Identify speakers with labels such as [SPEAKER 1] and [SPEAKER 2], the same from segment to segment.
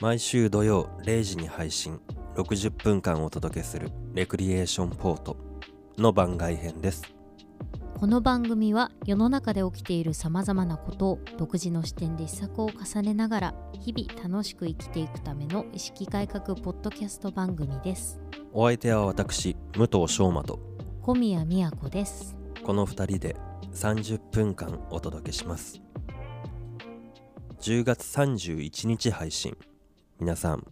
[SPEAKER 1] 毎週土曜0時に配信60分間お届けする「レクリエーションポート」の番外編です
[SPEAKER 2] この番組は世の中で起きているさまざまなことを独自の視点で試作を重ねながら日々楽しく生きていくための意識改革ポッドキャスト番組です
[SPEAKER 1] お相手は私武藤翔馬と
[SPEAKER 2] 小宮宮子です
[SPEAKER 1] この2人で30分間お届けします10月31日配信皆さん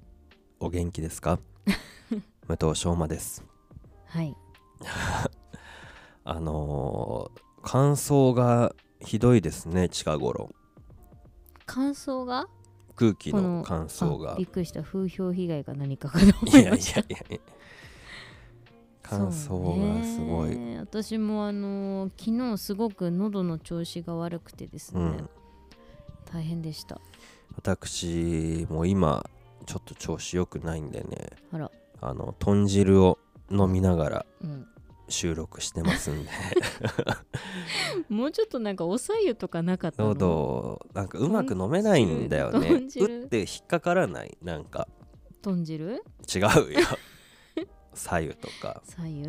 [SPEAKER 1] お元気ですか武藤翔馬です
[SPEAKER 2] はい
[SPEAKER 1] あのー、乾燥がひどいですね近頃
[SPEAKER 2] 感想が
[SPEAKER 1] 空気の乾燥
[SPEAKER 2] あ
[SPEAKER 1] が
[SPEAKER 2] びっくりした風評被害が何かかと
[SPEAKER 1] い
[SPEAKER 2] 思
[SPEAKER 1] やいやい
[SPEAKER 2] い
[SPEAKER 1] や
[SPEAKER 2] ま
[SPEAKER 1] い
[SPEAKER 2] した
[SPEAKER 1] や乾燥がすご
[SPEAKER 2] そう
[SPEAKER 1] い
[SPEAKER 2] ね私もあのー昨日すごく喉の調子が悪くてですね、
[SPEAKER 1] うん
[SPEAKER 2] 大変でした
[SPEAKER 1] 私も今ちょっと調子良くないんでね
[SPEAKER 2] あら
[SPEAKER 1] あの豚汁を飲みながら
[SPEAKER 2] うん、
[SPEAKER 1] 収録してます んで
[SPEAKER 2] もうちょっとなんかおさゆとかなかったの
[SPEAKER 1] 喉なんかうまく飲めないんだよね
[SPEAKER 2] 豚汁
[SPEAKER 1] 打って引っかからないなんか
[SPEAKER 2] 豚汁
[SPEAKER 1] 違う よ左右とか
[SPEAKER 2] 左右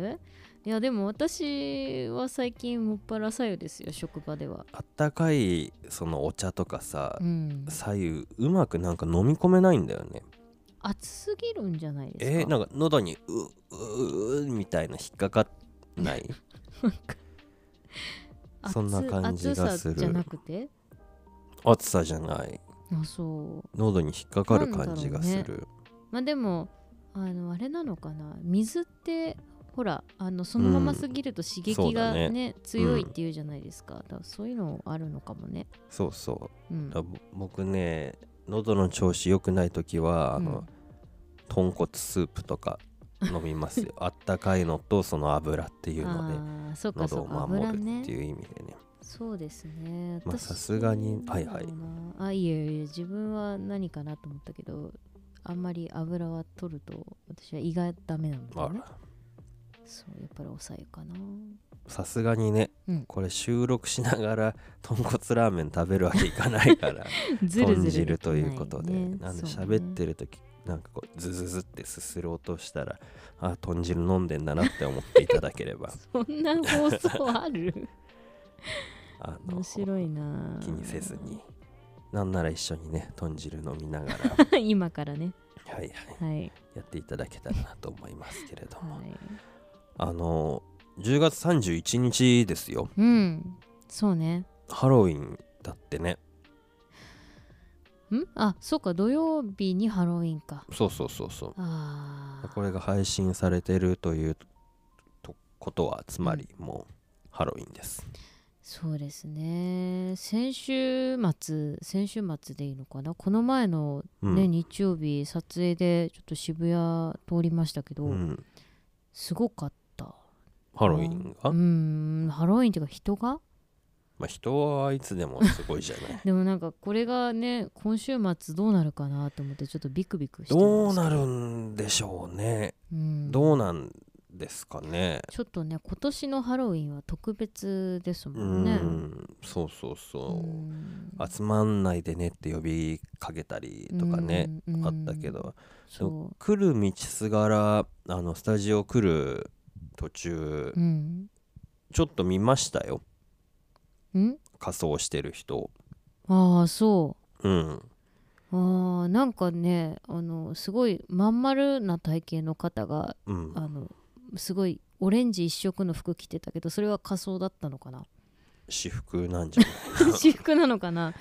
[SPEAKER 2] いやでも私は最近もっぱら左右ですよ職場では
[SPEAKER 1] あったかいそのお茶とかさ
[SPEAKER 2] うん
[SPEAKER 1] 左右うまくなんか飲み込めないんだよね
[SPEAKER 2] 暑すぎるんじゃないですか
[SPEAKER 1] えー、なんか喉にううううみたいな引っかかんない
[SPEAKER 2] 暑
[SPEAKER 1] そんな感じがする
[SPEAKER 2] 暑さじゃなくて
[SPEAKER 1] 暑さじゃない
[SPEAKER 2] あそう
[SPEAKER 1] 喉に引っかかる感じがす
[SPEAKER 2] なんだ
[SPEAKER 1] る、
[SPEAKER 2] まあでもあのあれなのかな水ってほらあのそのまますぎると刺
[SPEAKER 1] そう
[SPEAKER 2] 激
[SPEAKER 1] だ
[SPEAKER 2] が
[SPEAKER 1] ね
[SPEAKER 2] ね,、強いっていうじゃないですか,、だからそういうのあるのかもね、
[SPEAKER 1] そうそう
[SPEAKER 2] うん
[SPEAKER 1] だ、ぼ僕ね喉の調子良くない時はあの、
[SPEAKER 2] うん
[SPEAKER 1] 豚骨スープとか飲みます よあったかいのとその油っていうので
[SPEAKER 2] ああそっか
[SPEAKER 1] 喉
[SPEAKER 2] そっ
[SPEAKER 1] を
[SPEAKER 2] か
[SPEAKER 1] 守
[SPEAKER 2] 油
[SPEAKER 1] る
[SPEAKER 2] ね
[SPEAKER 1] っていう意味でね
[SPEAKER 2] そうですね。
[SPEAKER 1] まあ
[SPEAKER 2] 私
[SPEAKER 1] さすがにはいはい
[SPEAKER 2] なんだろうなあ、いえいえ、自分は何かなと思ったけど、あんまり油は取ると、私は胃がダメなんだ
[SPEAKER 1] あ
[SPEAKER 2] よね。
[SPEAKER 1] ら
[SPEAKER 2] そう、やっぱり抑えかな。
[SPEAKER 1] さすがにね、
[SPEAKER 2] うん
[SPEAKER 1] これ収録しながら豚骨ラーメン食べるわけいかないから
[SPEAKER 2] ずるず
[SPEAKER 1] 豚
[SPEAKER 2] る
[SPEAKER 1] 汁と
[SPEAKER 2] き
[SPEAKER 1] い
[SPEAKER 2] な
[SPEAKER 1] うことで、
[SPEAKER 2] ね
[SPEAKER 1] なんで
[SPEAKER 2] そう
[SPEAKER 1] 喋ってる時なんかこうズズズってすする音したらあ豚汁飲んでんだなって思っていただけれ ば
[SPEAKER 2] ねそんな放送あ る
[SPEAKER 1] あの
[SPEAKER 2] 面白いな。
[SPEAKER 1] 気にせずに。なんなら一緒にね豚汁飲みながら
[SPEAKER 2] 今からね。
[SPEAKER 1] はいはい
[SPEAKER 2] はい。
[SPEAKER 1] やっていただけたらなと思いますけれども、
[SPEAKER 2] はい、
[SPEAKER 1] あの10月31日ですよ
[SPEAKER 2] うん。そうね。
[SPEAKER 1] ハロウィンだってね
[SPEAKER 2] んあ、そうか、土曜日にハロウィンか。
[SPEAKER 1] そうそうそうそう
[SPEAKER 2] ああ。
[SPEAKER 1] これが配信されてるというとことはつまりもうハロウィンです、
[SPEAKER 2] そうですね先週末先週末でいいのかなこの前の、
[SPEAKER 1] うん
[SPEAKER 2] ね日曜日撮影でちょっと渋谷通りましたけど、
[SPEAKER 1] うん
[SPEAKER 2] すごかった
[SPEAKER 1] ハロウィンが、
[SPEAKER 2] うーんハロウィンっていうか人が
[SPEAKER 1] まあ、人はいつでもすごいじゃ ない
[SPEAKER 2] でもなんかこれがね今週末どうなるかなと思ってちょっとビクビクして
[SPEAKER 1] どう
[SPEAKER 2] るんです
[SPEAKER 1] なるんでしょうね
[SPEAKER 2] うん
[SPEAKER 1] どうなんですかね
[SPEAKER 2] ちょっとね今年のハロウィンは特別ですも
[SPEAKER 1] うん
[SPEAKER 2] ね
[SPEAKER 1] んそうそうそう、
[SPEAKER 2] うん
[SPEAKER 1] 集まんないでねって呼びかけたりとかね、
[SPEAKER 2] うんうん
[SPEAKER 1] あったけど
[SPEAKER 2] そ
[SPEAKER 1] 来る道すがらあのスタジオ来る途中、
[SPEAKER 2] ううん
[SPEAKER 1] ちょっと見ましたよ
[SPEAKER 2] ん
[SPEAKER 1] 仮装してる人
[SPEAKER 2] ああそう
[SPEAKER 1] うん
[SPEAKER 2] あーなんかねあのすごいまん丸な体型の方が
[SPEAKER 1] うん
[SPEAKER 2] あのすごいオレンジ一色の服着てたけどそれは仮装だったのか な
[SPEAKER 1] 私服なんじゃない
[SPEAKER 2] 私服なのかな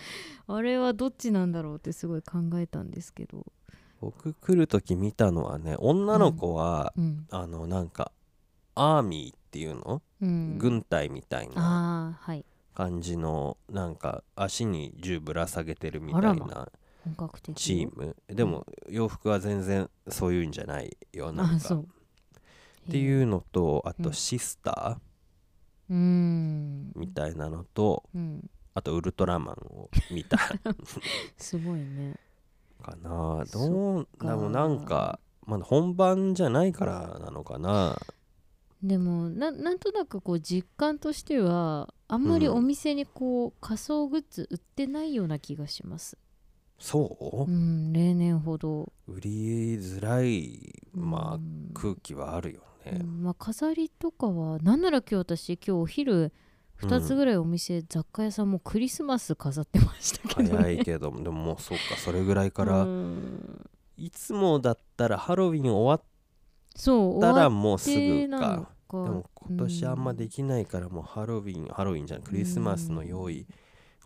[SPEAKER 2] あれはどっちなんだろうってすごい考えたんですけど、
[SPEAKER 1] 僕来る時見たのはね女の子は、
[SPEAKER 2] うん
[SPEAKER 1] あのなんかアーミーっていうの、
[SPEAKER 2] うん、
[SPEAKER 1] 軍隊みたいな
[SPEAKER 2] ああはい
[SPEAKER 1] 感じのなんか足に銃ぶら下げてるみた
[SPEAKER 2] あら
[SPEAKER 1] い
[SPEAKER 2] ま
[SPEAKER 1] な
[SPEAKER 2] 本格的
[SPEAKER 1] チームでも洋服は全然そういうんじゃないよな
[SPEAKER 2] あ
[SPEAKER 1] ん
[SPEAKER 2] そ
[SPEAKER 1] か
[SPEAKER 2] う
[SPEAKER 1] っ
[SPEAKER 2] って
[SPEAKER 1] いうのとあ
[SPEAKER 2] う
[SPEAKER 1] と
[SPEAKER 2] ん
[SPEAKER 1] シスタ
[SPEAKER 2] うーん
[SPEAKER 1] ーみたいなのと
[SPEAKER 2] うん
[SPEAKER 1] あとウルトラマンを見た
[SPEAKER 2] すごいね
[SPEAKER 1] かな
[SPEAKER 2] そっ
[SPEAKER 1] どう
[SPEAKER 2] か
[SPEAKER 1] でもなんかまだ本番じゃないからなのかな
[SPEAKER 2] でもななんとなくこう実感としてはあんまりお店にこう仮装グッズ売ってないような気がします
[SPEAKER 1] そう
[SPEAKER 2] う、ん、例年ほど、
[SPEAKER 1] 売りづらいまあ
[SPEAKER 2] あ
[SPEAKER 1] 空気はあるよね、
[SPEAKER 2] うんまあ、飾りとかはなんなら今日私今日お昼2つぐらいお店、雑貨屋さんもクリスマス飾ってましたけど、ね、
[SPEAKER 1] 早いけど でももうそうかそれぐらいから、
[SPEAKER 2] うん
[SPEAKER 1] いつもだったらハロウィン終わ
[SPEAKER 2] そう
[SPEAKER 1] ったら
[SPEAKER 2] 終わ
[SPEAKER 1] もう
[SPEAKER 2] っ
[SPEAKER 1] す
[SPEAKER 2] て
[SPEAKER 1] ぐ
[SPEAKER 2] なの
[SPEAKER 1] か
[SPEAKER 2] か
[SPEAKER 1] でも今年あんまできないからもうハロウィンハロウィンじゃないクリスマスの用意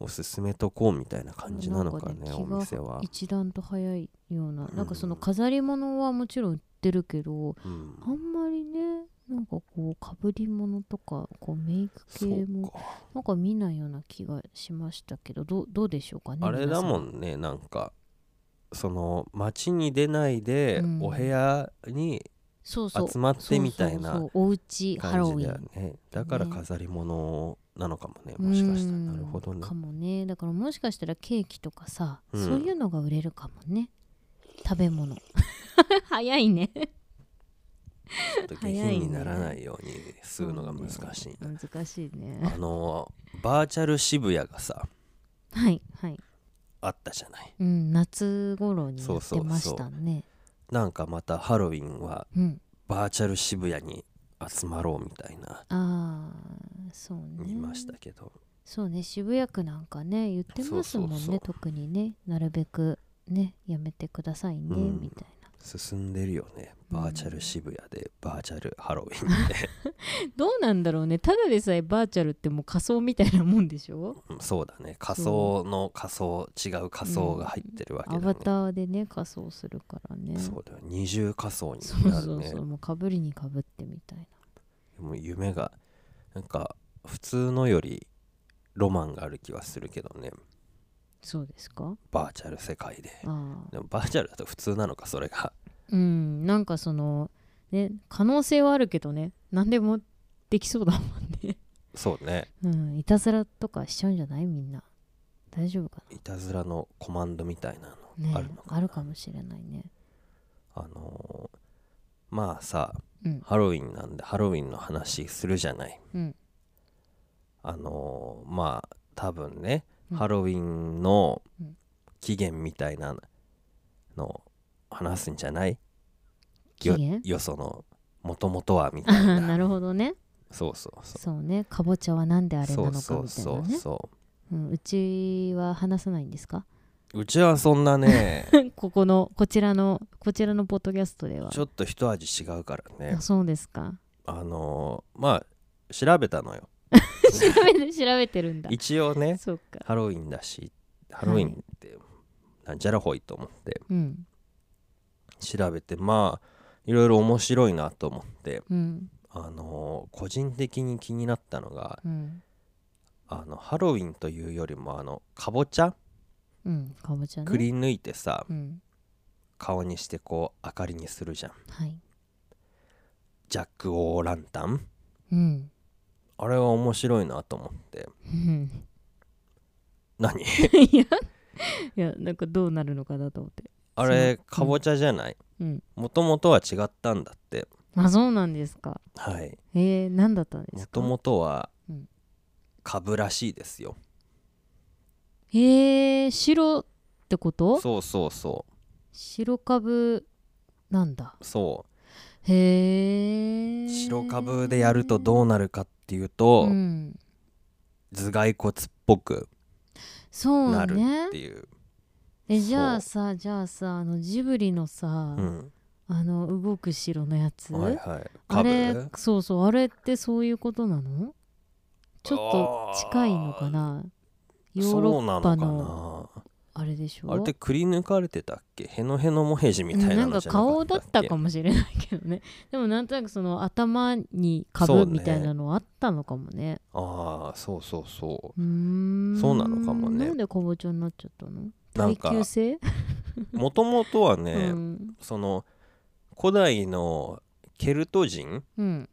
[SPEAKER 1] を進めとこうみたいな感じなのかね
[SPEAKER 2] なんかね
[SPEAKER 1] お店は、
[SPEAKER 2] 一段と早いような、なんかその
[SPEAKER 1] うん
[SPEAKER 2] 飾り物はもちろん売ってるけど
[SPEAKER 1] うん、
[SPEAKER 2] あんまりねなんかこうかぶり物とかこうメイク
[SPEAKER 1] そ
[SPEAKER 2] 系
[SPEAKER 1] う
[SPEAKER 2] も
[SPEAKER 1] か
[SPEAKER 2] なんか見ないような気がしましたけどどうどうでしょうかね
[SPEAKER 1] あれだも
[SPEAKER 2] ん
[SPEAKER 1] んねなんかその街に出ないで
[SPEAKER 2] うん
[SPEAKER 1] お部屋に
[SPEAKER 2] そうそう
[SPEAKER 1] 集まってみたい
[SPEAKER 2] そう
[SPEAKER 1] な
[SPEAKER 2] そうそうおうちハ
[SPEAKER 1] 感
[SPEAKER 2] ロウ
[SPEAKER 1] じ
[SPEAKER 2] ィ
[SPEAKER 1] だよ
[SPEAKER 2] ン
[SPEAKER 1] ねだから
[SPEAKER 2] ね
[SPEAKER 1] 飾り物なのかもねもしかしたら
[SPEAKER 2] うん
[SPEAKER 1] なるほどね
[SPEAKER 2] かもねだからもしかしたらケーキとかさ、
[SPEAKER 1] うん
[SPEAKER 2] そういうのが売れるかもね食べ物 早いね
[SPEAKER 1] ちょっと下
[SPEAKER 2] 早
[SPEAKER 1] 品
[SPEAKER 2] いね
[SPEAKER 1] にならないようにするのが難しいな
[SPEAKER 2] 難しいね
[SPEAKER 1] あのバーチャル渋谷がさ
[SPEAKER 2] はいはい
[SPEAKER 1] あったじゃない
[SPEAKER 2] うん夏頃にや
[SPEAKER 1] そう
[SPEAKER 2] っ
[SPEAKER 1] そう
[SPEAKER 2] て
[SPEAKER 1] そう
[SPEAKER 2] ましたね
[SPEAKER 1] なんかまたハロウィンは
[SPEAKER 2] うん
[SPEAKER 1] バーチャル渋谷に集まろうみたいな
[SPEAKER 2] ああそうね
[SPEAKER 1] 見ましたけど
[SPEAKER 2] そうね渋谷区なんかね言ってますもんね
[SPEAKER 1] そうそうそう
[SPEAKER 2] 特にねなるべくねやめてくださいね、
[SPEAKER 1] うん
[SPEAKER 2] みたいな
[SPEAKER 1] 進んでるよね
[SPEAKER 2] うん
[SPEAKER 1] バーチャル渋谷でバーチャルハロウィンで
[SPEAKER 2] どうなんだろうねただでさえバーチャルってもう仮想みたいなもんでしょ
[SPEAKER 1] うんそうだね仮想の仮想違う仮想が入ってるわけ
[SPEAKER 2] ア
[SPEAKER 1] だね
[SPEAKER 2] バターでね仮装するからね
[SPEAKER 1] そうだよ二重仮想に
[SPEAKER 2] そう
[SPEAKER 1] な
[SPEAKER 2] そ
[SPEAKER 1] る
[SPEAKER 2] う
[SPEAKER 1] ね
[SPEAKER 2] そうもうかぶりにかぶってみたいな
[SPEAKER 1] もう夢がなんか普通のよりロマンがある気はするけどね
[SPEAKER 2] そうですか
[SPEAKER 1] バーチャル世界で
[SPEAKER 2] ああ
[SPEAKER 1] でもバーチャルだと普通なのかそれ が
[SPEAKER 2] うんなんかそのね可能性はあるけどね何でもできそうだもんね
[SPEAKER 1] そうね
[SPEAKER 2] うんいたずらとかしちゃうんじゃないみんな大丈夫か
[SPEAKER 1] いたずらのコマンドみたいなの
[SPEAKER 2] なね
[SPEAKER 1] あるのかな
[SPEAKER 2] あるかもしれないね
[SPEAKER 1] あのーまあさ
[SPEAKER 2] うん
[SPEAKER 1] ハロウィンなんでハロウィンの話するじゃない
[SPEAKER 2] うん
[SPEAKER 1] あのーまあ多分ね、
[SPEAKER 2] うん
[SPEAKER 1] ハロウィンの
[SPEAKER 2] うん
[SPEAKER 1] 起源みたいなの話すんじゃない
[SPEAKER 2] 期限
[SPEAKER 1] よよそのもともとはみた
[SPEAKER 2] あ
[SPEAKER 1] い
[SPEAKER 2] ー
[SPEAKER 1] な
[SPEAKER 2] なるほどね
[SPEAKER 1] そうそうそ
[SPEAKER 2] そうねかぼちゃはなんであ
[SPEAKER 1] う
[SPEAKER 2] れ
[SPEAKER 1] そ
[SPEAKER 2] なの
[SPEAKER 1] う
[SPEAKER 2] か
[SPEAKER 1] そう
[SPEAKER 2] みたい
[SPEAKER 1] そ
[SPEAKER 2] な
[SPEAKER 1] う
[SPEAKER 2] ね
[SPEAKER 1] そ
[SPEAKER 2] うんうちは話さないんですか
[SPEAKER 1] ううちはそんな ね
[SPEAKER 2] ここのこちらのこちらのポッドキャストでは
[SPEAKER 1] ちょっと一味違うからね
[SPEAKER 2] あそうですか
[SPEAKER 1] あのーまあ調べたのよ
[SPEAKER 2] 調べて調べてるんだ
[SPEAKER 1] 一応ね
[SPEAKER 2] そうか
[SPEAKER 1] ハロウィンだしハロウィンってなんじゃらほいと思って
[SPEAKER 2] うん
[SPEAKER 1] 調べてまあいろいろ面白いなと思って
[SPEAKER 2] うん
[SPEAKER 1] あのー個人的に気になったのが
[SPEAKER 2] うん
[SPEAKER 1] あのハロウィンというよりもあのかぼちゃ
[SPEAKER 2] うんかぼちゃね
[SPEAKER 1] くり抜いてさ
[SPEAKER 2] うん
[SPEAKER 1] 顔にしてこう明かりにするじゃん
[SPEAKER 2] はい
[SPEAKER 1] ジャック・オー・ランタン
[SPEAKER 2] うん
[SPEAKER 1] あれは面白いなと思って
[SPEAKER 2] うん
[SPEAKER 1] 何
[SPEAKER 2] いやいやなんかどうなるのかなと思って
[SPEAKER 1] あれかぼちゃじゃない
[SPEAKER 2] うん
[SPEAKER 1] もともとは違ったんだって
[SPEAKER 2] あそうなんですか
[SPEAKER 1] はい
[SPEAKER 2] えー、何だったんで
[SPEAKER 1] も
[SPEAKER 2] すか
[SPEAKER 1] ともとは
[SPEAKER 2] うん
[SPEAKER 1] 株らしいですよ
[SPEAKER 2] えー、白ってこと
[SPEAKER 1] そうそうそ
[SPEAKER 2] 白株なんだ
[SPEAKER 1] うそ
[SPEAKER 2] へえ
[SPEAKER 1] う白株でやるとどうなるかっていうと、
[SPEAKER 2] うん、
[SPEAKER 1] 頭蓋骨っぽく
[SPEAKER 2] そう
[SPEAKER 1] なる
[SPEAKER 2] ね
[SPEAKER 1] っていう
[SPEAKER 2] えじゃあさじゃあさあのジブリのさ、
[SPEAKER 1] うん
[SPEAKER 2] あの動く城のやつ、
[SPEAKER 1] はいはい
[SPEAKER 2] あれ
[SPEAKER 1] 株
[SPEAKER 2] そうそうあれってそういうことなのちょっと近いのかなヨーロッパ
[SPEAKER 1] そうな
[SPEAKER 2] の
[SPEAKER 1] のか
[SPEAKER 2] あれでしょ
[SPEAKER 1] なあれってくり抜かれてたっけヘノヘノモヘジみたい
[SPEAKER 2] な
[SPEAKER 1] なんの
[SPEAKER 2] か
[SPEAKER 1] じゃなか
[SPEAKER 2] 顔
[SPEAKER 1] った
[SPEAKER 2] だ
[SPEAKER 1] っ
[SPEAKER 2] っ
[SPEAKER 1] け
[SPEAKER 2] たかもしれないけどねでもなんとなくその頭に
[SPEAKER 1] そう
[SPEAKER 2] 株
[SPEAKER 1] ね
[SPEAKER 2] みたいなのあったのかもね
[SPEAKER 1] ああそうそうそう
[SPEAKER 2] うーん
[SPEAKER 1] そうなのかもね
[SPEAKER 2] なんでかぼちゃになっちゃったの
[SPEAKER 1] な
[SPEAKER 2] 耐
[SPEAKER 1] んか
[SPEAKER 2] 久性、
[SPEAKER 1] もともとはね、
[SPEAKER 2] うん
[SPEAKER 1] その古代のケルト人
[SPEAKER 2] うん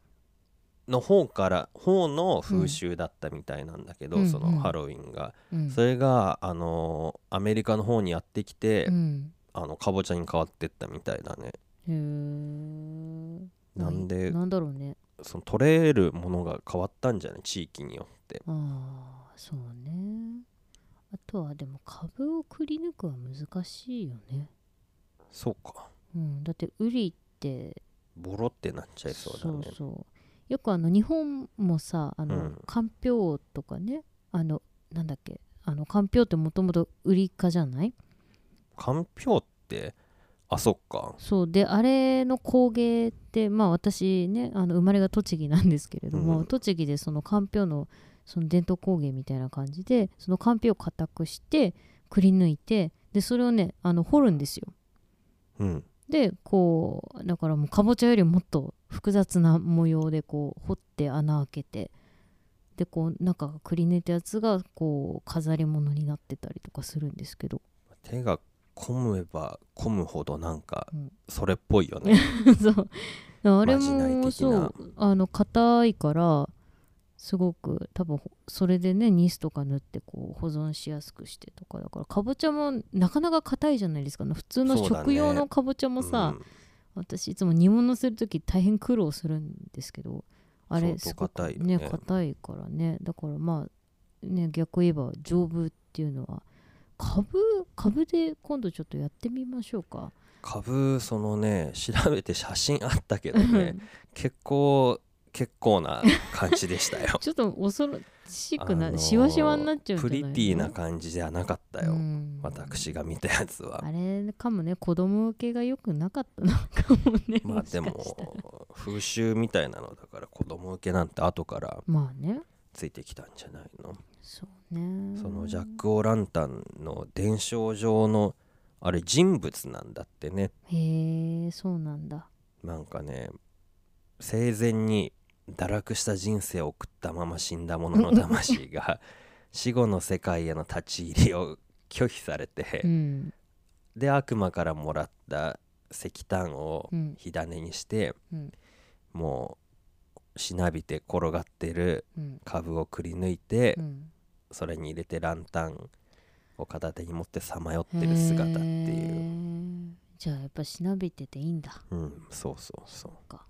[SPEAKER 1] の方から方の風習だったみたいなんだけど、
[SPEAKER 2] うん
[SPEAKER 1] そ
[SPEAKER 2] うんう
[SPEAKER 1] の
[SPEAKER 2] ん
[SPEAKER 1] ハロウィンが、
[SPEAKER 2] うん
[SPEAKER 1] それがあのーアメリカの方にやってきて、
[SPEAKER 2] うん
[SPEAKER 1] あのかぼちゃに変わってったみたいだね
[SPEAKER 2] へー
[SPEAKER 1] なんで
[SPEAKER 2] なんだろうね
[SPEAKER 1] その取れるものが変わったんじゃない地域によって
[SPEAKER 2] ああそうねあとはでも株をくり抜くは難しいよね、
[SPEAKER 1] そうか
[SPEAKER 2] うん、だってウリって
[SPEAKER 1] ボロってなっちゃいそうだね
[SPEAKER 2] そうそうよくあの日本もさあの、
[SPEAKER 1] うん
[SPEAKER 2] かんぴょうとかねあのなんだっけあのかんぴょうってもともとウリ科じゃない
[SPEAKER 1] かんぴょうってあそっか
[SPEAKER 2] そうであれの工芸ってまあ私ねあの生まれが栃木なんですけれども、
[SPEAKER 1] うん
[SPEAKER 2] 栃木でそのかんぴょうのその伝統工芸みたいな感じでそのかんぴょうを固くしてくり抜いてでそれをねあの掘るんですよ
[SPEAKER 1] うん
[SPEAKER 2] でこうだからもうかぼちゃよりもっと複雑な模様でこう掘って穴開けてでこう中がくり抜いたやつがこう飾り物になってたりとかするんですけど
[SPEAKER 1] 手が込めば込むほどなんか
[SPEAKER 2] うん
[SPEAKER 1] それっぽいよね、
[SPEAKER 2] そうあれ
[SPEAKER 1] まじない的
[SPEAKER 2] も
[SPEAKER 1] な
[SPEAKER 2] そうあの硬いからすごく多分ほそれでねニスとか塗ってこう保存しやすくしてとかだからかぼちゃもなかなか硬いじゃないですか、普通の
[SPEAKER 1] そうだね
[SPEAKER 2] 食用のかぼちゃもさ、
[SPEAKER 1] うん
[SPEAKER 2] 私いつも煮物する時大変苦労するんですけどあれす
[SPEAKER 1] 相
[SPEAKER 2] ご
[SPEAKER 1] 当
[SPEAKER 2] く
[SPEAKER 1] 硬いよね
[SPEAKER 2] ね硬いからねだからまあね逆言えば丈夫っていうのは株株で今度ちょっとやってみましょうか。
[SPEAKER 1] 株そのね調べて写真あったけどね結構結構な感じでした よ
[SPEAKER 2] ちょっと恐ろしくな、
[SPEAKER 1] あのー
[SPEAKER 2] しわしわになっちゃうんじ
[SPEAKER 1] プ
[SPEAKER 2] ゃない
[SPEAKER 1] リ
[SPEAKER 2] の
[SPEAKER 1] ティな感じではなかったよ、
[SPEAKER 2] うん
[SPEAKER 1] 私が見たやつは
[SPEAKER 2] あれかもね子供受けが良くなかったのかも ね
[SPEAKER 1] まあ
[SPEAKER 2] し
[SPEAKER 1] で
[SPEAKER 2] かしたら
[SPEAKER 1] も風習みたいなのだから子供受けなんて後から
[SPEAKER 2] まあね
[SPEAKER 1] ついてきたんじゃないの
[SPEAKER 2] そうね
[SPEAKER 1] そのジャック・オー・ランタンの伝承上のあれ人物なんだってね
[SPEAKER 2] へえそうなんだ
[SPEAKER 1] なんかね生前に堕落した人生を送ったまま死んだ者の魂が死後の世界への立ち入りを拒否されて、
[SPEAKER 2] うん
[SPEAKER 1] で悪魔からもらった石炭を
[SPEAKER 2] うん
[SPEAKER 1] 火種にして、
[SPEAKER 2] うん
[SPEAKER 1] もうしなびて転がってる
[SPEAKER 2] うん
[SPEAKER 1] 株をくり抜いて、
[SPEAKER 2] うん
[SPEAKER 1] それに入れてランタンを片手に持ってさまよってる姿っていう。
[SPEAKER 2] うじゃあやっぱしなびてていいんだ
[SPEAKER 1] うんそうそうそう
[SPEAKER 2] か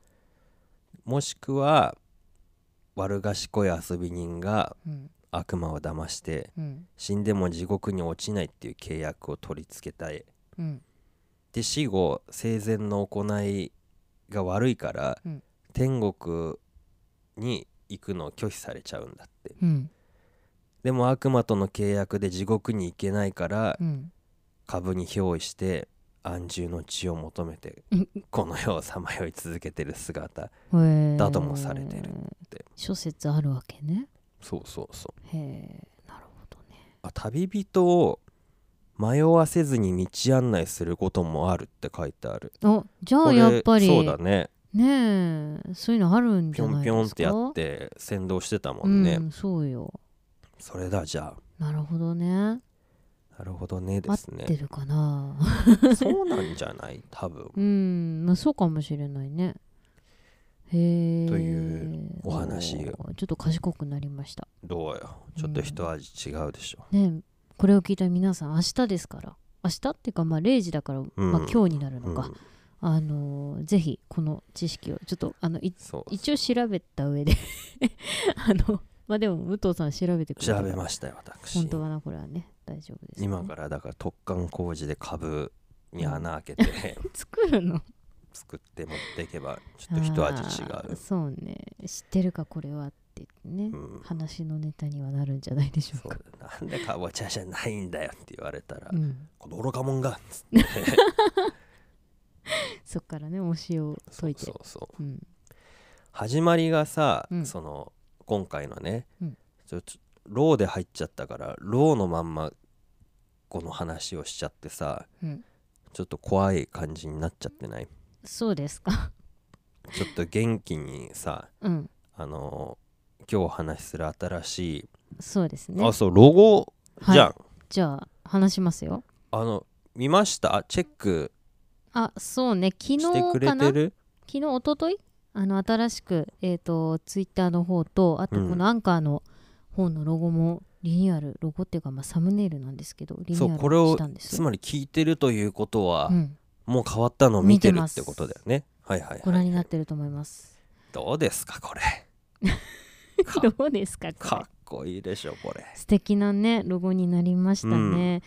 [SPEAKER 1] もしくは悪賢い遊び人が
[SPEAKER 2] うん
[SPEAKER 1] 悪魔を騙して
[SPEAKER 2] うん
[SPEAKER 1] 死んでも地獄に落ちないっていう契約を取り付けたい
[SPEAKER 2] うん
[SPEAKER 1] で死後生前の行いが悪いから、
[SPEAKER 2] うん
[SPEAKER 1] 天国に行くのを拒否されちゃうんだって
[SPEAKER 2] うん
[SPEAKER 1] でも悪魔との契約で地獄に行けないから、
[SPEAKER 2] うん
[SPEAKER 1] 株に憑依して安住の地を求めて
[SPEAKER 2] うん
[SPEAKER 1] この世をさまよい続けてる姿
[SPEAKER 2] へえ
[SPEAKER 1] だともされてるって
[SPEAKER 2] 諸説あるわけね
[SPEAKER 1] そうそうそう
[SPEAKER 2] へえなるほどね
[SPEAKER 1] あ旅人を迷わせずに道案内することもあるって書いてある
[SPEAKER 2] あじゃ
[SPEAKER 1] こ
[SPEAKER 2] あ
[SPEAKER 1] れ
[SPEAKER 2] やっぱり
[SPEAKER 1] そうだね
[SPEAKER 2] ねえそういうのあるんじ
[SPEAKER 1] ぴ
[SPEAKER 2] ゃ
[SPEAKER 1] ょ
[SPEAKER 2] なんい
[SPEAKER 1] ぴょん
[SPEAKER 2] で
[SPEAKER 1] っ
[SPEAKER 2] すか
[SPEAKER 1] てやって先導してたもんね、
[SPEAKER 2] うん、そうよ
[SPEAKER 1] それだじゃ
[SPEAKER 2] なるほどね
[SPEAKER 1] あなるほどね
[SPEAKER 2] 合
[SPEAKER 1] で
[SPEAKER 2] っ
[SPEAKER 1] す
[SPEAKER 2] て
[SPEAKER 1] ね
[SPEAKER 2] るかな
[SPEAKER 1] そうなんじゃない多分
[SPEAKER 2] うんまあそうかもしれないねへえ
[SPEAKER 1] というお話
[SPEAKER 2] ちょっと賢くなりました
[SPEAKER 1] どうよちょっと一味違うでしょ、
[SPEAKER 2] ねえこれを聞いた皆さん明日ですから明日っていうかまあ0時だから、まあ、今日になる
[SPEAKER 1] う
[SPEAKER 2] の
[SPEAKER 1] ん
[SPEAKER 2] か、あのーぜひこの知識をちょっとあのい
[SPEAKER 1] そう
[SPEAKER 2] 一応調べた上で あのまあでも武藤さん調べてくれた
[SPEAKER 1] 調
[SPEAKER 2] から
[SPEAKER 1] べましたよ私
[SPEAKER 2] 本当かなこれはね大丈夫です、ね、
[SPEAKER 1] 今からだから突貫工事で株に穴開けて
[SPEAKER 2] 作るの
[SPEAKER 1] 作って持っていけばちょっと一味違
[SPEAKER 2] あー
[SPEAKER 1] う、
[SPEAKER 2] そうね知ってるかこれはってね、
[SPEAKER 1] うん、
[SPEAKER 2] 話のネタにはなるんじゃないでしょう
[SPEAKER 1] そ
[SPEAKER 2] か
[SPEAKER 1] うだなんでかぼちゃじゃないんだよって言われたら
[SPEAKER 2] う、ん、
[SPEAKER 1] この愚かもんがっつって
[SPEAKER 2] そっからね推しを解いて
[SPEAKER 1] そうそうそう
[SPEAKER 2] うん
[SPEAKER 1] 始まりがさ、
[SPEAKER 2] うん
[SPEAKER 1] その今回のね、
[SPEAKER 2] うん
[SPEAKER 1] ちょちょローで入っちゃったからローのまんまこの話をしちゃってさ
[SPEAKER 2] うん
[SPEAKER 1] ちょっと怖い感じになっちゃってない
[SPEAKER 2] そうですか
[SPEAKER 1] ちょっと元気にさ
[SPEAKER 2] うん
[SPEAKER 1] あのー今日お話しする新しい、
[SPEAKER 2] そうですね
[SPEAKER 1] あそうロゴじゃん、
[SPEAKER 2] はい、じゃあ話しますよ
[SPEAKER 1] あの見ましたチェック
[SPEAKER 2] あそうね昨
[SPEAKER 1] してく
[SPEAKER 2] 日
[SPEAKER 1] れ
[SPEAKER 2] かな
[SPEAKER 1] て
[SPEAKER 2] 昨
[SPEAKER 1] る
[SPEAKER 2] 日一昨日あの新しくえっ、とツイッターの方とあと
[SPEAKER 1] うん
[SPEAKER 2] このアンカーの方のロゴもリニューアルロゴっていうかまあサムネイルなんですけどリニ
[SPEAKER 1] そ
[SPEAKER 2] ュー
[SPEAKER 1] う
[SPEAKER 2] ア
[SPEAKER 1] これを
[SPEAKER 2] ルしたんです
[SPEAKER 1] つ
[SPEAKER 2] よ
[SPEAKER 1] まり聞いてるということは、
[SPEAKER 2] うん、
[SPEAKER 1] もう変わったのを見てる
[SPEAKER 2] 見てま
[SPEAKER 1] っ
[SPEAKER 2] す
[SPEAKER 1] てことだよね。はいはい、はい。
[SPEAKER 2] ご覧になってると思います
[SPEAKER 1] どうですかこれ。か
[SPEAKER 2] どうですかこれ
[SPEAKER 1] かっこいいでしょこれ
[SPEAKER 2] 素敵なねロゴになりましたね、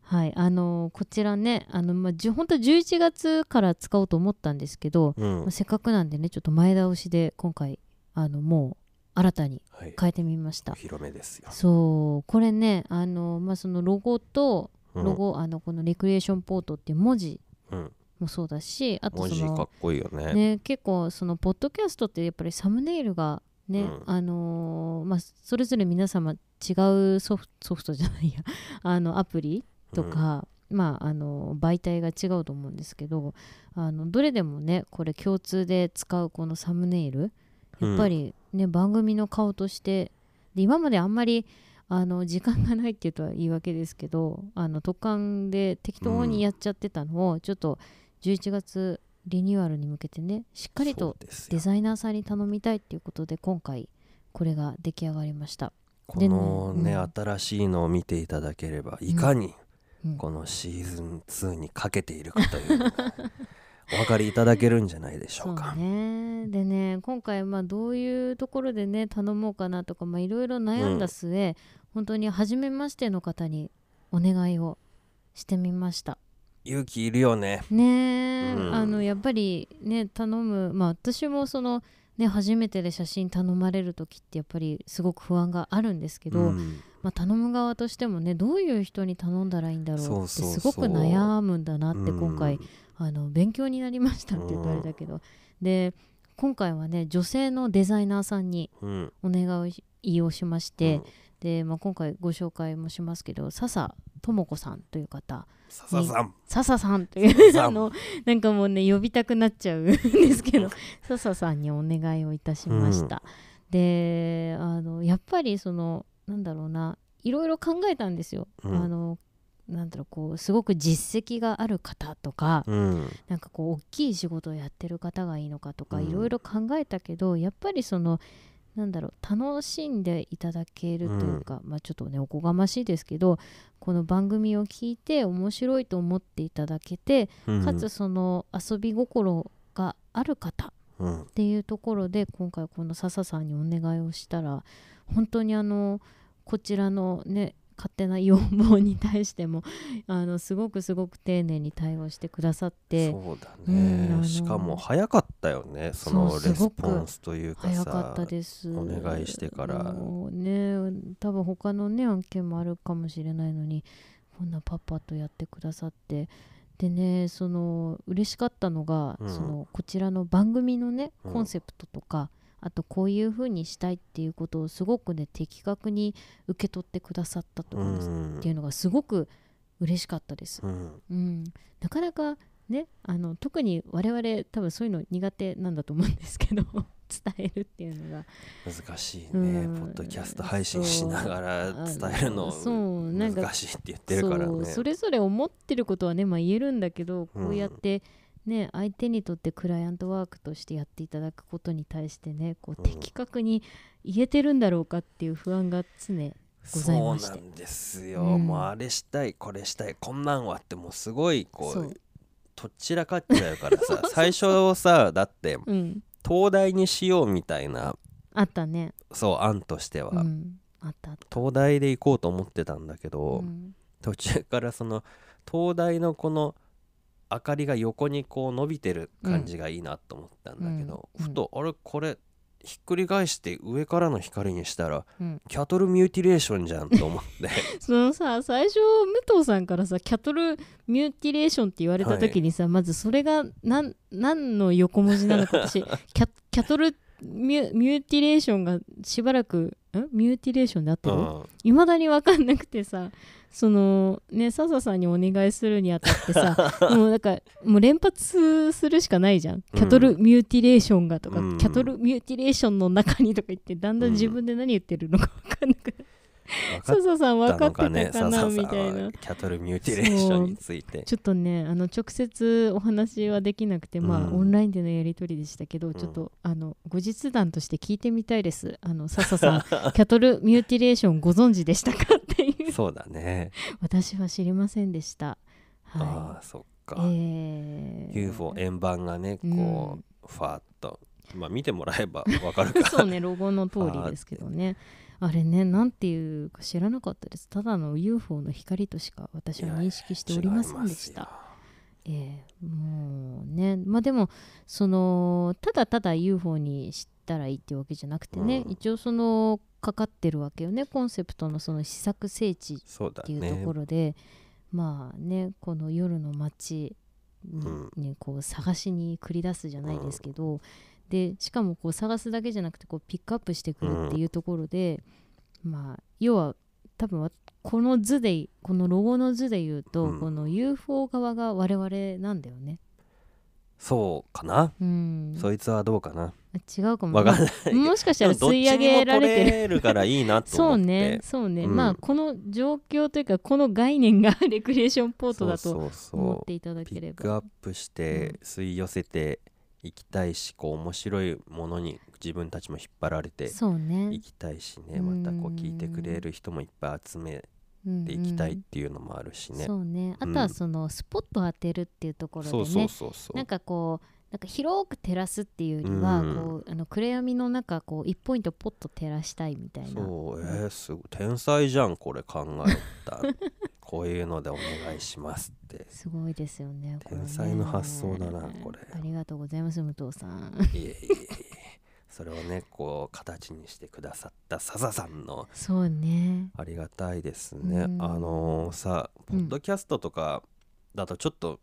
[SPEAKER 2] はいあのこちらねあの、まあ、じゅ本当は11月から使おうと思ったんですけど、
[SPEAKER 1] うん
[SPEAKER 2] まあせっかくなんでねちょっと前倒しで今回あのもう新たに
[SPEAKER 1] はい
[SPEAKER 2] 変えてみまし
[SPEAKER 1] お
[SPEAKER 2] た
[SPEAKER 1] 披露目ですよ
[SPEAKER 2] そうこれねあの、まあ、そのロゴと
[SPEAKER 1] うん
[SPEAKER 2] ロゴ、あのこのレクリエーションポートっていう文字
[SPEAKER 1] うん
[SPEAKER 2] もそうだしあと
[SPEAKER 1] 文
[SPEAKER 2] そ
[SPEAKER 1] 字
[SPEAKER 2] の
[SPEAKER 1] かっこいいよね
[SPEAKER 2] ね、結構そのポッドキャストってやっぱりサムネイルがね、
[SPEAKER 1] うん
[SPEAKER 2] あのーまあ、それぞれ皆様違うソフソフトじゃないや あのアプリとか、まあ、あの媒体が違うと思うんですけどあのどれでもねこれ共通で使うこのサムネイルやっぱりね、番組の顔としてで今まであんまりあの時間がないっていうとは言い訳ですけどあの特感で適当にやっちゃってたのを、ちょっと11月リニューアルに向けてねしっかりと
[SPEAKER 1] そうですよ
[SPEAKER 2] デザイナーさんに頼みたいっていうことで今回これが出来上がりました。
[SPEAKER 1] このね、
[SPEAKER 2] でね
[SPEAKER 1] 新しいのを見ていただければいかに
[SPEAKER 2] うん
[SPEAKER 1] このシーズン2にかけているかというの がお分かりいただけるんじゃないでしょうか。
[SPEAKER 2] そうねでね今回まあどういうところでね頼もうかなとかまあいろいろ悩んだ末、本当に初めましての方にお願いをしてみました
[SPEAKER 1] 勇気いるよね。
[SPEAKER 2] ねえ、
[SPEAKER 1] うん
[SPEAKER 2] あのやっぱりね頼むまあ私もそのね初めてで写真頼まれる時ってやっぱりすごく不安があるんですけど、
[SPEAKER 1] うん
[SPEAKER 2] まあ、頼む側としてもねどういう人に頼んだらいいんだろうって
[SPEAKER 1] そうそうそう
[SPEAKER 2] すごく悩むんだなって今
[SPEAKER 1] う
[SPEAKER 2] 回、
[SPEAKER 1] ん
[SPEAKER 2] あの勉強になりましたって言うとあれだけど、で今回はね女性のデザイナーさんに
[SPEAKER 1] うん
[SPEAKER 2] お願いをしまして、
[SPEAKER 1] うん
[SPEAKER 2] で、まあ、今回ご紹介もしますけど笹智子さんという方
[SPEAKER 1] 笹さん、
[SPEAKER 2] 笹さんとい
[SPEAKER 1] 笹
[SPEAKER 2] う
[SPEAKER 1] さん
[SPEAKER 2] あのなんかもうね呼びたくなっちゃうんですけど笹さんにお願いをいたしました、であのやっぱりそのなんだろうないろいろ考えたんですよ、
[SPEAKER 1] うん
[SPEAKER 2] あのなんだろうこうすごく実績がある方とか、
[SPEAKER 1] うん
[SPEAKER 2] なんかこう大きい仕事をやってる方がいいのかとか
[SPEAKER 1] うん
[SPEAKER 2] いろいろ考えたけど、やっぱりそのなんだろう楽しんでいただけるというか、まあちょっとねおこがましいですけどこの番組を聞いて面白いと思っていただけて、
[SPEAKER 1] うん
[SPEAKER 2] かつその遊び心がある方
[SPEAKER 1] うん
[SPEAKER 2] っていうところで今回この笹さんにお願いをしたら本当にあのこちらのね勝手な要望に対してもあのすごくすごく丁寧に対応してくださって。
[SPEAKER 1] そうだ
[SPEAKER 2] うんあ
[SPEAKER 1] ね
[SPEAKER 2] の
[SPEAKER 1] しかも早かったよねその
[SPEAKER 2] そう
[SPEAKER 1] レ
[SPEAKER 2] す
[SPEAKER 1] ス
[SPEAKER 2] ごく
[SPEAKER 1] ポンスというか
[SPEAKER 2] 早か
[SPEAKER 1] さ
[SPEAKER 2] ったです
[SPEAKER 1] お願いしてから
[SPEAKER 2] もうね多分他のね案件もあるかもしれないのにこんなパパとやってくださってでねその嬉しかったのが、
[SPEAKER 1] うん
[SPEAKER 2] そのこちらの番組のね
[SPEAKER 1] うん
[SPEAKER 2] コンセプトとか、あとこういう風にしたいっていうことをすごくね的確に受け取ってくださったと
[SPEAKER 1] う
[SPEAKER 2] 思うんです、
[SPEAKER 1] ん
[SPEAKER 2] っていうのがすごく嬉しかったです。
[SPEAKER 1] うん
[SPEAKER 2] うん、なかなかねあの特に我々多分そういうの苦手なんだと思うんですけど 伝えるっていうのが
[SPEAKER 1] 難しいねポ
[SPEAKER 2] うん
[SPEAKER 1] ッドキャスト配信しながら伝えるの
[SPEAKER 2] そうなんか
[SPEAKER 1] 難しいって言ってるから
[SPEAKER 2] そう
[SPEAKER 1] ね
[SPEAKER 2] それぞれ思ってることはね、まあ、言えるんだけ
[SPEAKER 1] う
[SPEAKER 2] ど
[SPEAKER 1] ん
[SPEAKER 2] こうやって、ね相手にとってクライアントワークとしてやっていただくことに対してねこ
[SPEAKER 1] う
[SPEAKER 2] うん的確に言えてるんだろうかっていう不安が常ございまして
[SPEAKER 1] そうなんですよ、
[SPEAKER 2] うん
[SPEAKER 1] もうあれしたいこれしたいこんなんはってもうすごいこ
[SPEAKER 2] そうう
[SPEAKER 1] とっちらかっちゃう からさ最初さだって
[SPEAKER 2] うん、
[SPEAKER 1] 東大にしようみたいな
[SPEAKER 2] あったね、
[SPEAKER 1] そう案としては、
[SPEAKER 2] うん、あったあった
[SPEAKER 1] 東大で行こうと思ってたんだけど、
[SPEAKER 2] うん
[SPEAKER 1] 途中からその東大のこの明かりが横にこう伸びてる感じがいいなと思ったんだけど、
[SPEAKER 2] うんうん
[SPEAKER 1] ふとあれこれひっくり返して上からの光にしたら
[SPEAKER 2] うん
[SPEAKER 1] キャトルミューティレーションじゃんと思って
[SPEAKER 2] そのさ最初武藤さんからさキャトルミューティレーションって言われた時にさ、まずそれがなん何の横文字なの か私キャキャトルミュミューティレーションがしばらくんミューティレーションであって
[SPEAKER 1] う
[SPEAKER 2] る
[SPEAKER 1] ん
[SPEAKER 2] いまだに分かんなくてさそのね笹さんにお願いするにあたっ てさもうなんかもう連発するしかないじゃんキャトルミューティレーションがとか、
[SPEAKER 1] うん
[SPEAKER 2] キャトルミューティレーションの中にとか言ってだんだん自分で何言ってるのか分かんなくなって
[SPEAKER 1] 分かっ
[SPEAKER 2] 笹さん分かって
[SPEAKER 1] か
[SPEAKER 2] たかなみたいな。
[SPEAKER 1] キャトルミューティレーションについて
[SPEAKER 2] ちょっとねあの直接お話はできなくて、まあ
[SPEAKER 1] うん
[SPEAKER 2] オンラインでのやり取りでしたけど、
[SPEAKER 1] ん
[SPEAKER 2] ちょっとあの後日談として聞いてみたいですあの笹さん キャトルミューティレーションご存知でしたかって いう
[SPEAKER 1] そうだね、
[SPEAKER 2] 私は知りませんでした
[SPEAKER 1] あ
[SPEAKER 2] は
[SPEAKER 1] あそっ
[SPEAKER 2] い
[SPEAKER 1] か、
[SPEAKER 2] えー
[SPEAKER 1] UFO 円盤がねこう、
[SPEAKER 2] うん
[SPEAKER 1] ファーッとまあ見てもらえばわかるか
[SPEAKER 2] そうねロゴの通りですけどねあれねなんていうか知らなかったですただの UFO の光としか私は認識しておりませんでしたええもうねまあでもそのただただ UFO に知ったらいいっていうわけじゃなくてね、
[SPEAKER 1] うん
[SPEAKER 2] 一応そのかかってるわけよねコンセプトのその試作聖地っ
[SPEAKER 1] そうだ
[SPEAKER 2] ていうと
[SPEAKER 1] ね
[SPEAKER 2] ころで、まあねこの夜の街に、
[SPEAKER 1] うん
[SPEAKER 2] ねこう探しに繰り出すじゃないですけど、でしかもこう探すだけじゃなくてこうピックアップしてくるっていうところで、まあ要は多分わこの図でこのロゴの図で言うと、
[SPEAKER 1] うん
[SPEAKER 2] この UFO 側が我々なんだよね。
[SPEAKER 1] そうかな、
[SPEAKER 2] うん、
[SPEAKER 1] そいつはどうかな
[SPEAKER 2] 違うかも
[SPEAKER 1] わかんない
[SPEAKER 2] まあもしかした
[SPEAKER 1] で
[SPEAKER 2] ら
[SPEAKER 1] もどっ
[SPEAKER 2] 吸
[SPEAKER 1] ち
[SPEAKER 2] い上
[SPEAKER 1] に
[SPEAKER 2] げ
[SPEAKER 1] も
[SPEAKER 2] ら
[SPEAKER 1] 取
[SPEAKER 2] れてる
[SPEAKER 1] れるからいいなと
[SPEAKER 2] そ
[SPEAKER 1] 思
[SPEAKER 2] う
[SPEAKER 1] って
[SPEAKER 2] ねそうね、
[SPEAKER 1] うん
[SPEAKER 2] まあこの状況というかこの概念が レクリエーションポートだと
[SPEAKER 1] そうそう
[SPEAKER 2] 思
[SPEAKER 1] そ
[SPEAKER 2] っ
[SPEAKER 1] う
[SPEAKER 2] ていただ
[SPEAKER 1] ピ
[SPEAKER 2] けれ
[SPEAKER 1] ックア
[SPEAKER 2] ば
[SPEAKER 1] ップして吸い寄せていきたいし、こう面白いものに自分たちも引っ張られて
[SPEAKER 2] そうね
[SPEAKER 1] いきたいしねまたこう
[SPEAKER 2] うん
[SPEAKER 1] 聞いてくれる人もいっぱい集めていきたいっていうのもあるし
[SPEAKER 2] うんうん
[SPEAKER 1] ね。
[SPEAKER 2] そうねあ
[SPEAKER 1] うん
[SPEAKER 2] とはそのスポットを当てるっていうところで
[SPEAKER 1] そ
[SPEAKER 2] ね、
[SPEAKER 1] うそうそうそう。
[SPEAKER 2] なんかこうなんか広く照らすっていうよりは、
[SPEAKER 1] うん
[SPEAKER 2] こうあの暗闇の中こう1ポイントポッと照らしたいみたいな
[SPEAKER 1] そうえー、すごい天才じゃんこれ考えた こういうのでお願いしますって
[SPEAKER 2] すごいですよねこれね
[SPEAKER 1] 天才の発想だなこれ
[SPEAKER 2] ありがとうございます武藤さん
[SPEAKER 1] いえいえいえそれをねこう形にしてくださった笹さんの
[SPEAKER 2] そうね
[SPEAKER 1] ありがたいですね、
[SPEAKER 2] うん
[SPEAKER 1] あのーさ
[SPEAKER 2] う
[SPEAKER 1] ポ
[SPEAKER 2] ん
[SPEAKER 1] ッドキャストとかだとちょっと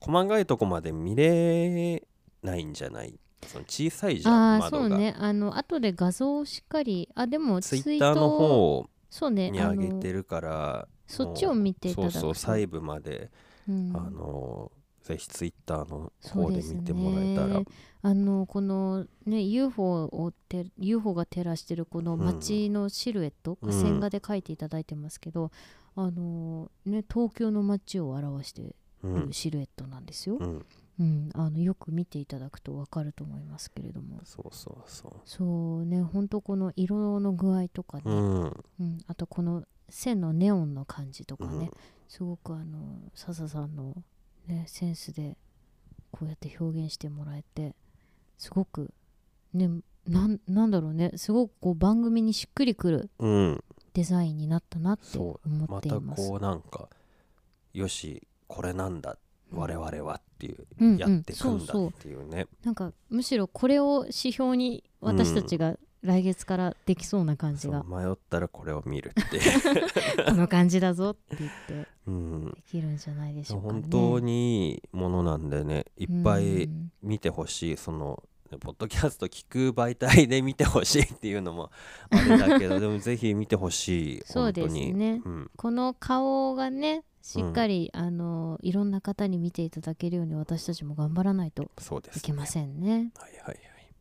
[SPEAKER 1] 細かいとこまで見れないんじゃないその小さいじゃ
[SPEAKER 2] あ
[SPEAKER 1] ん
[SPEAKER 2] あーそ
[SPEAKER 1] 窓
[SPEAKER 2] う
[SPEAKER 1] が、
[SPEAKER 2] ねあの後で画像をしっかりあでも
[SPEAKER 1] ツ
[SPEAKER 2] ツ
[SPEAKER 1] イ
[SPEAKER 2] イ
[SPEAKER 1] ッタ
[SPEAKER 2] ー
[SPEAKER 1] ー
[SPEAKER 2] ト
[SPEAKER 1] の方
[SPEAKER 2] そうね
[SPEAKER 1] に
[SPEAKER 2] あ
[SPEAKER 1] 上
[SPEAKER 2] の
[SPEAKER 1] げてるから
[SPEAKER 2] そっちを見ていた
[SPEAKER 1] そ
[SPEAKER 2] だ
[SPEAKER 1] う
[SPEAKER 2] くと
[SPEAKER 1] そう細部まで、
[SPEAKER 2] うん
[SPEAKER 1] あのーぜひツイッターの
[SPEAKER 2] そ
[SPEAKER 1] 方
[SPEAKER 2] う
[SPEAKER 1] で
[SPEAKER 2] です
[SPEAKER 1] 見てもらえたら
[SPEAKER 2] ね、あのこのね UFO をて UFO が照らしてるこの街のシルエット、
[SPEAKER 1] うん
[SPEAKER 2] 線画で描いていただいてますけど、あのね東京の街を表していうる
[SPEAKER 1] ん、
[SPEAKER 2] シルエットなんですよ、
[SPEAKER 1] うん、
[SPEAKER 2] うんあのよく見ていただくとわかると思いますけれども
[SPEAKER 1] そうそうそ
[SPEAKER 2] そうねほんとこの色の具合とかね、
[SPEAKER 1] ううん、
[SPEAKER 2] うん、あとこの線のネオンの感じとかね、
[SPEAKER 1] うん
[SPEAKER 2] すごくあの笹さんの、ね、センスでこうやって表現してもらえてすごくねなんなんだろうねすごくこう番組にしっくりくる
[SPEAKER 1] うん、
[SPEAKER 2] デザインになったなって思
[SPEAKER 1] そ
[SPEAKER 2] っ
[SPEAKER 1] ま
[SPEAKER 2] てい
[SPEAKER 1] た
[SPEAKER 2] ます。
[SPEAKER 1] こうなんかよしこれなんだ我々はっていう、
[SPEAKER 2] うん
[SPEAKER 1] やってく
[SPEAKER 2] そうん
[SPEAKER 1] だ
[SPEAKER 2] そう
[SPEAKER 1] っていうね、
[SPEAKER 2] なんかむしろこれを指標に私たちが来月からできそうな感じ
[SPEAKER 1] そう
[SPEAKER 2] が、
[SPEAKER 1] 迷ったらこれを見るっていう、
[SPEAKER 2] この感じだぞって言って
[SPEAKER 1] うん、
[SPEAKER 2] できるんじゃないでしょうかね。
[SPEAKER 1] 本当にいいものなんでねいっぱ
[SPEAKER 2] う
[SPEAKER 1] い
[SPEAKER 2] ん
[SPEAKER 1] 見てほしい、そのポッドキャスト聞く媒体で見てほしいっていうのもあれだ けどでもぜひ見てほしい
[SPEAKER 2] そう
[SPEAKER 1] 本
[SPEAKER 2] で
[SPEAKER 1] 当
[SPEAKER 2] す
[SPEAKER 1] に
[SPEAKER 2] ね
[SPEAKER 1] ん、
[SPEAKER 2] この顔がねしっかり、あのいろんな方に見ていただけるように私たちも頑張らないと
[SPEAKER 1] そうです、
[SPEAKER 2] いけませんね。
[SPEAKER 1] はいはいはい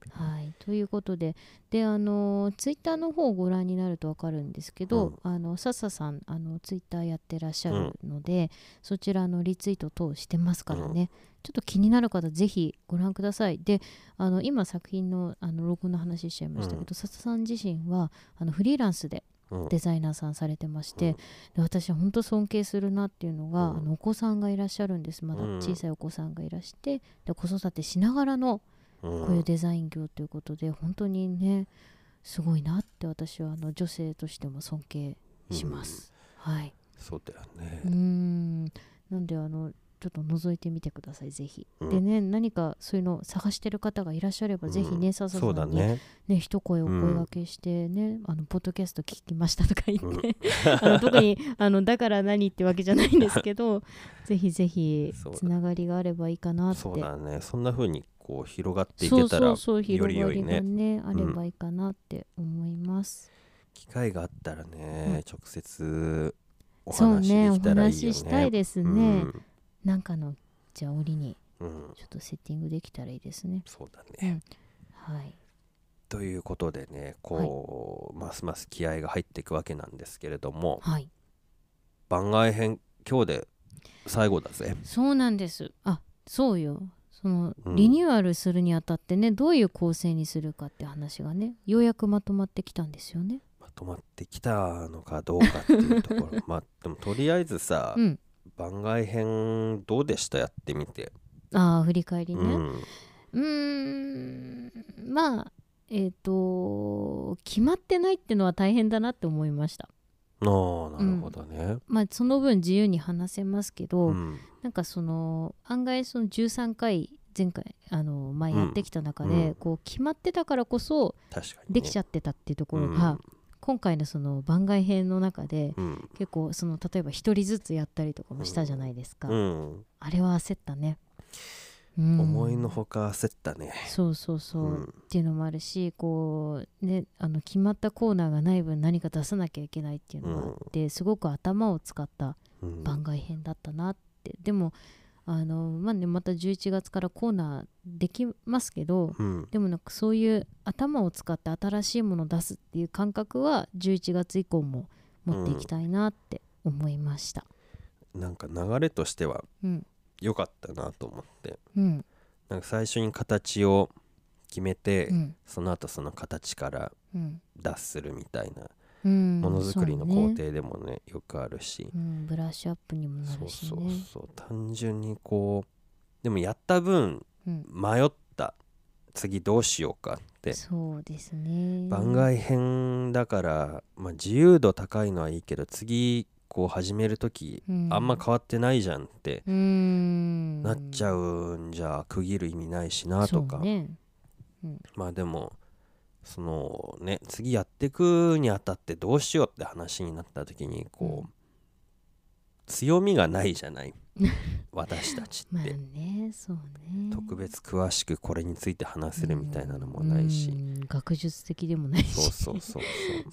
[SPEAKER 2] はい、ということでであのツイッターの方をご覧になると分かるんですけど、あの笹さんあのツイッターやってらっしゃるので、そちらのリツイート等してますからね、ちょっと気になる方ぜひご覧くださいであの今作品のあのロゴの話しちゃいましたけど、笹さん自身はあのフリーランスで
[SPEAKER 1] うん
[SPEAKER 2] デザイナーさんされてまして、
[SPEAKER 1] うん
[SPEAKER 2] で私は本当尊敬するなっていうのが、
[SPEAKER 1] うん
[SPEAKER 2] あのお子さんがいらっしゃるんですまだ
[SPEAKER 1] うん
[SPEAKER 2] 小さいお子さんがいらしてで子育てしながらのこういうデザイン業ということで、本当にねすごいなって私はあの女性としても尊敬します。はいう
[SPEAKER 1] うんそうだよね
[SPEAKER 2] うー、んなんであのちょっと覗いてみてくださいぜひ、
[SPEAKER 1] うん
[SPEAKER 2] でね何かそういうのを探してる方がいらっしゃれば、ぜひね
[SPEAKER 1] そ
[SPEAKER 2] 笹さん
[SPEAKER 1] うだ
[SPEAKER 2] に
[SPEAKER 1] ね
[SPEAKER 2] ね、一声お声
[SPEAKER 1] うん
[SPEAKER 2] 掛けしてね、あのポッドキャスト聞きましたとか言って、 あの特にあのだから何ってわけじゃないんですけ どぜひぜひ
[SPEAKER 1] そうだ
[SPEAKER 2] つながりがあればいいかなって
[SPEAKER 1] そうだねそんな風にこう広がってい
[SPEAKER 2] そう
[SPEAKER 1] けた
[SPEAKER 2] そ
[SPEAKER 1] ら
[SPEAKER 2] うそう
[SPEAKER 1] よ
[SPEAKER 2] 広
[SPEAKER 1] り
[SPEAKER 2] が
[SPEAKER 1] 良い
[SPEAKER 2] りが
[SPEAKER 1] ね
[SPEAKER 2] ねあればいいかなって思います、
[SPEAKER 1] 機会があったら
[SPEAKER 2] うん
[SPEAKER 1] ね直接お
[SPEAKER 2] そう
[SPEAKER 1] 話
[SPEAKER 2] ね
[SPEAKER 1] で
[SPEAKER 2] お
[SPEAKER 1] きたらいいよ
[SPEAKER 2] 話し
[SPEAKER 1] ね
[SPEAKER 2] したいです
[SPEAKER 1] う
[SPEAKER 2] ね、
[SPEAKER 1] ん
[SPEAKER 2] なんかのじゃあ折に
[SPEAKER 1] うん
[SPEAKER 2] ちょっとセッティングできたらいいですね
[SPEAKER 1] そうだね
[SPEAKER 2] はい
[SPEAKER 1] ということでねこうますます気合が入っていくわけなんですけれども
[SPEAKER 2] はい
[SPEAKER 1] 番外編今日で最後だぜ
[SPEAKER 2] そうなんですあそうよその
[SPEAKER 1] うん
[SPEAKER 2] リニューアルするにあたってね、どういう構成にするかって話がねようやくまとまってきたんですよね。
[SPEAKER 1] まとまってきたのかどうかっていうとこ ろまあでもとりあえずさ
[SPEAKER 2] うん、
[SPEAKER 1] 番外編どうでしたやってみて
[SPEAKER 2] ああ振り返り
[SPEAKER 1] う
[SPEAKER 2] ね。
[SPEAKER 1] ん
[SPEAKER 2] うーんまあえっ、と決まってないってのは大変だなって思いました
[SPEAKER 1] あーなるほどね。
[SPEAKER 2] まあその分自由に話せますけど、
[SPEAKER 1] うん
[SPEAKER 2] なんかその案外その13回前回あの前やってきた中で、
[SPEAKER 1] うんうん
[SPEAKER 2] こう決まってたからこそ
[SPEAKER 1] 確かにね。
[SPEAKER 2] できちゃってたっていうところが、今回のその番外編の中で
[SPEAKER 1] うん。
[SPEAKER 2] 結構その例えば一人ずつやったりとかもしたじゃないですか、
[SPEAKER 1] うん。
[SPEAKER 2] あれは焦ったね、うん
[SPEAKER 1] 思いのほか焦ったね。
[SPEAKER 2] そうそうそう、
[SPEAKER 1] うん
[SPEAKER 2] っていうのもあるしこう、ね、あの決まったコーナーがない分何か出さなきゃいけないっていうのがあって、すごく頭を使った
[SPEAKER 1] うん
[SPEAKER 2] 番外編だったなって、でもあの、まあね、また11月からコーナーできますけど、
[SPEAKER 1] うん
[SPEAKER 2] でもなんかそういう頭を使って新しいものを出すっていう感覚は11月以降も持っていきたいなって思いました。
[SPEAKER 1] なんか流れとしては
[SPEAKER 2] うん、
[SPEAKER 1] 良かったなと思って
[SPEAKER 2] うん、
[SPEAKER 1] なんか最初に形を決めて、
[SPEAKER 2] うん、
[SPEAKER 1] その後その形から
[SPEAKER 2] うん、
[SPEAKER 1] 脱するみたいな
[SPEAKER 2] うん、
[SPEAKER 1] ものづくりの
[SPEAKER 2] そう
[SPEAKER 1] 工
[SPEAKER 2] ね
[SPEAKER 1] 程でもねよくあるし、
[SPEAKER 2] うん、ブラッシュアップにもな
[SPEAKER 1] そ
[SPEAKER 2] る
[SPEAKER 1] う
[SPEAKER 2] しね。
[SPEAKER 1] そうそう単純にこうでもやった分
[SPEAKER 2] うん、
[SPEAKER 1] 迷った次どうしようかって
[SPEAKER 2] そうですね。
[SPEAKER 1] 番外編だから、まあ、自由度高いのはいいけど次こう始める時
[SPEAKER 2] う
[SPEAKER 1] あんま変わってないじゃんって
[SPEAKER 2] うーん
[SPEAKER 1] なっちゃうんじゃ区切る意味ないしなとか、
[SPEAKER 2] そうね
[SPEAKER 1] まあでもそのね次やってくにあたってどうしようって話になった時にこう、
[SPEAKER 2] うん
[SPEAKER 1] 強みがないじゃ ない私たち
[SPEAKER 2] ま
[SPEAKER 1] っ
[SPEAKER 2] あ
[SPEAKER 1] て、
[SPEAKER 2] ねそうね
[SPEAKER 1] 特別詳しくこれについて話せるみたいなのもないし、
[SPEAKER 2] うん学術的でもないし
[SPEAKER 1] そうそうそ う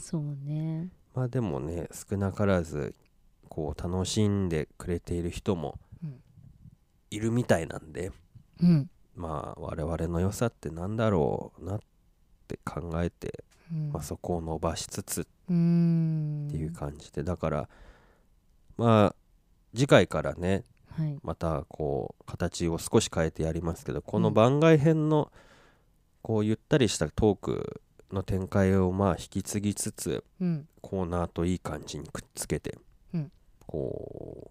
[SPEAKER 1] そう
[SPEAKER 2] そうね
[SPEAKER 1] まあでもね少なからずこう楽しんでくれている人も
[SPEAKER 2] うん
[SPEAKER 1] いるみたいなんで、
[SPEAKER 2] うん、
[SPEAKER 1] まあ我々の良さってなんだろうなって考えて、
[SPEAKER 2] うん
[SPEAKER 1] まあ、そこを伸ばしつつっ
[SPEAKER 2] うーん
[SPEAKER 1] ていう感じでだからまあ次回からね
[SPEAKER 2] はい
[SPEAKER 1] またこう形を少し変えてやりますけどこの
[SPEAKER 2] うん
[SPEAKER 1] 番外編のこうゆったりしたトークの展開をまあ引き継ぎつつ
[SPEAKER 2] うん
[SPEAKER 1] コーナーといい感じにくっつけて、
[SPEAKER 2] うん
[SPEAKER 1] こ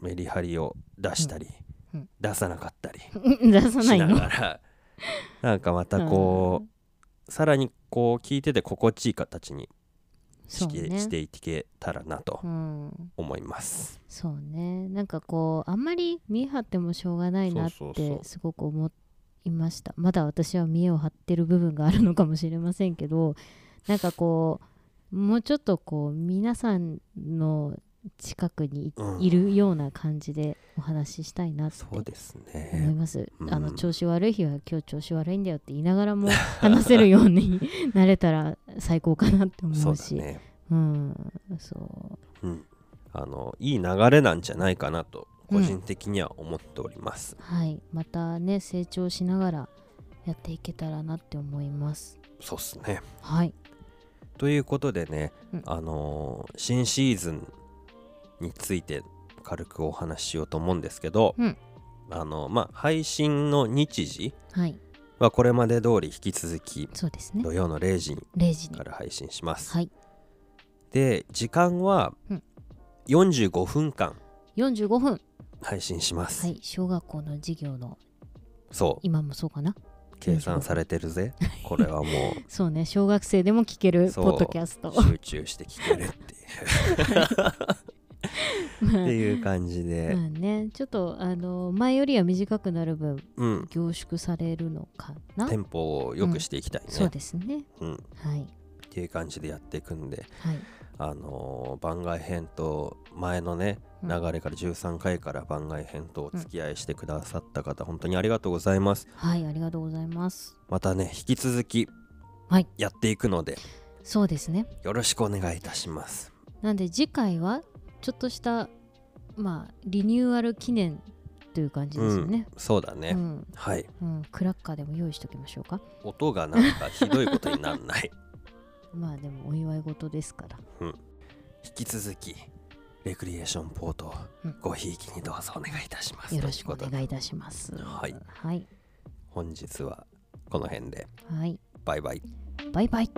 [SPEAKER 1] うメリハリを出したり、
[SPEAKER 2] うんうん
[SPEAKER 1] 出さなかったり
[SPEAKER 2] うん 出さな
[SPEAKER 1] し
[SPEAKER 2] い
[SPEAKER 1] な
[SPEAKER 2] の
[SPEAKER 1] が らなんかまたこうさらにこう聞いてて心地いい形にし
[SPEAKER 2] そう
[SPEAKER 1] て,、
[SPEAKER 2] ね
[SPEAKER 1] していけたらなと
[SPEAKER 2] うん
[SPEAKER 1] 思います。
[SPEAKER 2] そうねなんかこうあんまり見え張ってもしょうがないなっ
[SPEAKER 1] そうそうそ
[SPEAKER 2] て
[SPEAKER 1] う
[SPEAKER 2] すごく思いましたまだ私は見栄を張ってる部分があるのかもしれませんけどなんかこうもうちょっとこう皆さんの近くにい,、
[SPEAKER 1] うん
[SPEAKER 2] るような感じでお話ししたいなって
[SPEAKER 1] そうです
[SPEAKER 2] 思い
[SPEAKER 1] ね。
[SPEAKER 2] ます、
[SPEAKER 1] うん
[SPEAKER 2] あの調子悪い日は今日調子悪いんだよって言いながらも 話せるようになれたら最高かなって思
[SPEAKER 1] そううだ
[SPEAKER 2] し
[SPEAKER 1] ね。
[SPEAKER 2] うんそう
[SPEAKER 1] うん。あのいい流れなんじゃないかなと
[SPEAKER 2] うん
[SPEAKER 1] 個人的には思っております。
[SPEAKER 2] はい、またね成長しながらやっていけたらなって思います。
[SPEAKER 1] そうっすね。
[SPEAKER 2] はい、
[SPEAKER 1] ということでね、
[SPEAKER 2] うん
[SPEAKER 1] あのー新シーズンについて軽くお話ししようと思うんですけど、
[SPEAKER 2] うん
[SPEAKER 1] あのまあ配信の日時
[SPEAKER 2] はい、
[SPEAKER 1] はこれまで通り引き続き
[SPEAKER 2] そうですね
[SPEAKER 1] 土。曜の0時
[SPEAKER 2] 0時に
[SPEAKER 1] か。ら配信します、
[SPEAKER 2] はい、
[SPEAKER 1] で時間は
[SPEAKER 2] うん
[SPEAKER 1] 45分間
[SPEAKER 2] 45分。
[SPEAKER 1] 配信します、
[SPEAKER 2] はい、小学校の授業の
[SPEAKER 1] そ
[SPEAKER 2] 今もそうかな。
[SPEAKER 1] う計算されてるぜこれはも
[SPEAKER 2] そうね、小学生でも聞ける
[SPEAKER 1] そう
[SPEAKER 2] ポッドキャスト。
[SPEAKER 1] う集中して聞けるっていう
[SPEAKER 2] まあ
[SPEAKER 1] っていう感じ で、
[SPEAKER 2] まあね、ちょっとあの前よりは短くなる分
[SPEAKER 1] うん、
[SPEAKER 2] 凝縮されるのかな
[SPEAKER 1] テ。ンポを良くしていきたいね、
[SPEAKER 2] そうですね。
[SPEAKER 1] うん、っ
[SPEAKER 2] はい、
[SPEAKER 1] ていう感じでやっていくんで
[SPEAKER 2] はい、
[SPEAKER 1] あのー番外編と前のね
[SPEAKER 2] うん
[SPEAKER 1] 流れから13回から番外編とお付き合いしてくださった方、本当にありがとうございます
[SPEAKER 2] はい、ありがとうございます。
[SPEAKER 1] またね引き続き
[SPEAKER 2] はい
[SPEAKER 1] やっていくので、
[SPEAKER 2] そうですね。
[SPEAKER 1] よろしくお願いいたします
[SPEAKER 2] なんで次回はちょっとしたまあリニューアル記念という感じですよね。
[SPEAKER 1] うん、そうだね、
[SPEAKER 2] うん、
[SPEAKER 1] はい
[SPEAKER 2] うん、クラッカーでも用意しときましょうか。
[SPEAKER 1] 音がなんかひどいことになんない
[SPEAKER 2] まあでもお祝い事ですから。
[SPEAKER 1] 引き続きレクリエーションポートを
[SPEAKER 2] うん
[SPEAKER 1] ごひいきにどうぞお願いいたします
[SPEAKER 2] よろしくお
[SPEAKER 1] というこ
[SPEAKER 2] 願いいたします。
[SPEAKER 1] はい
[SPEAKER 2] はい。
[SPEAKER 1] とで本日はこの辺で
[SPEAKER 2] はい。
[SPEAKER 1] バイバイ
[SPEAKER 2] バイバイ。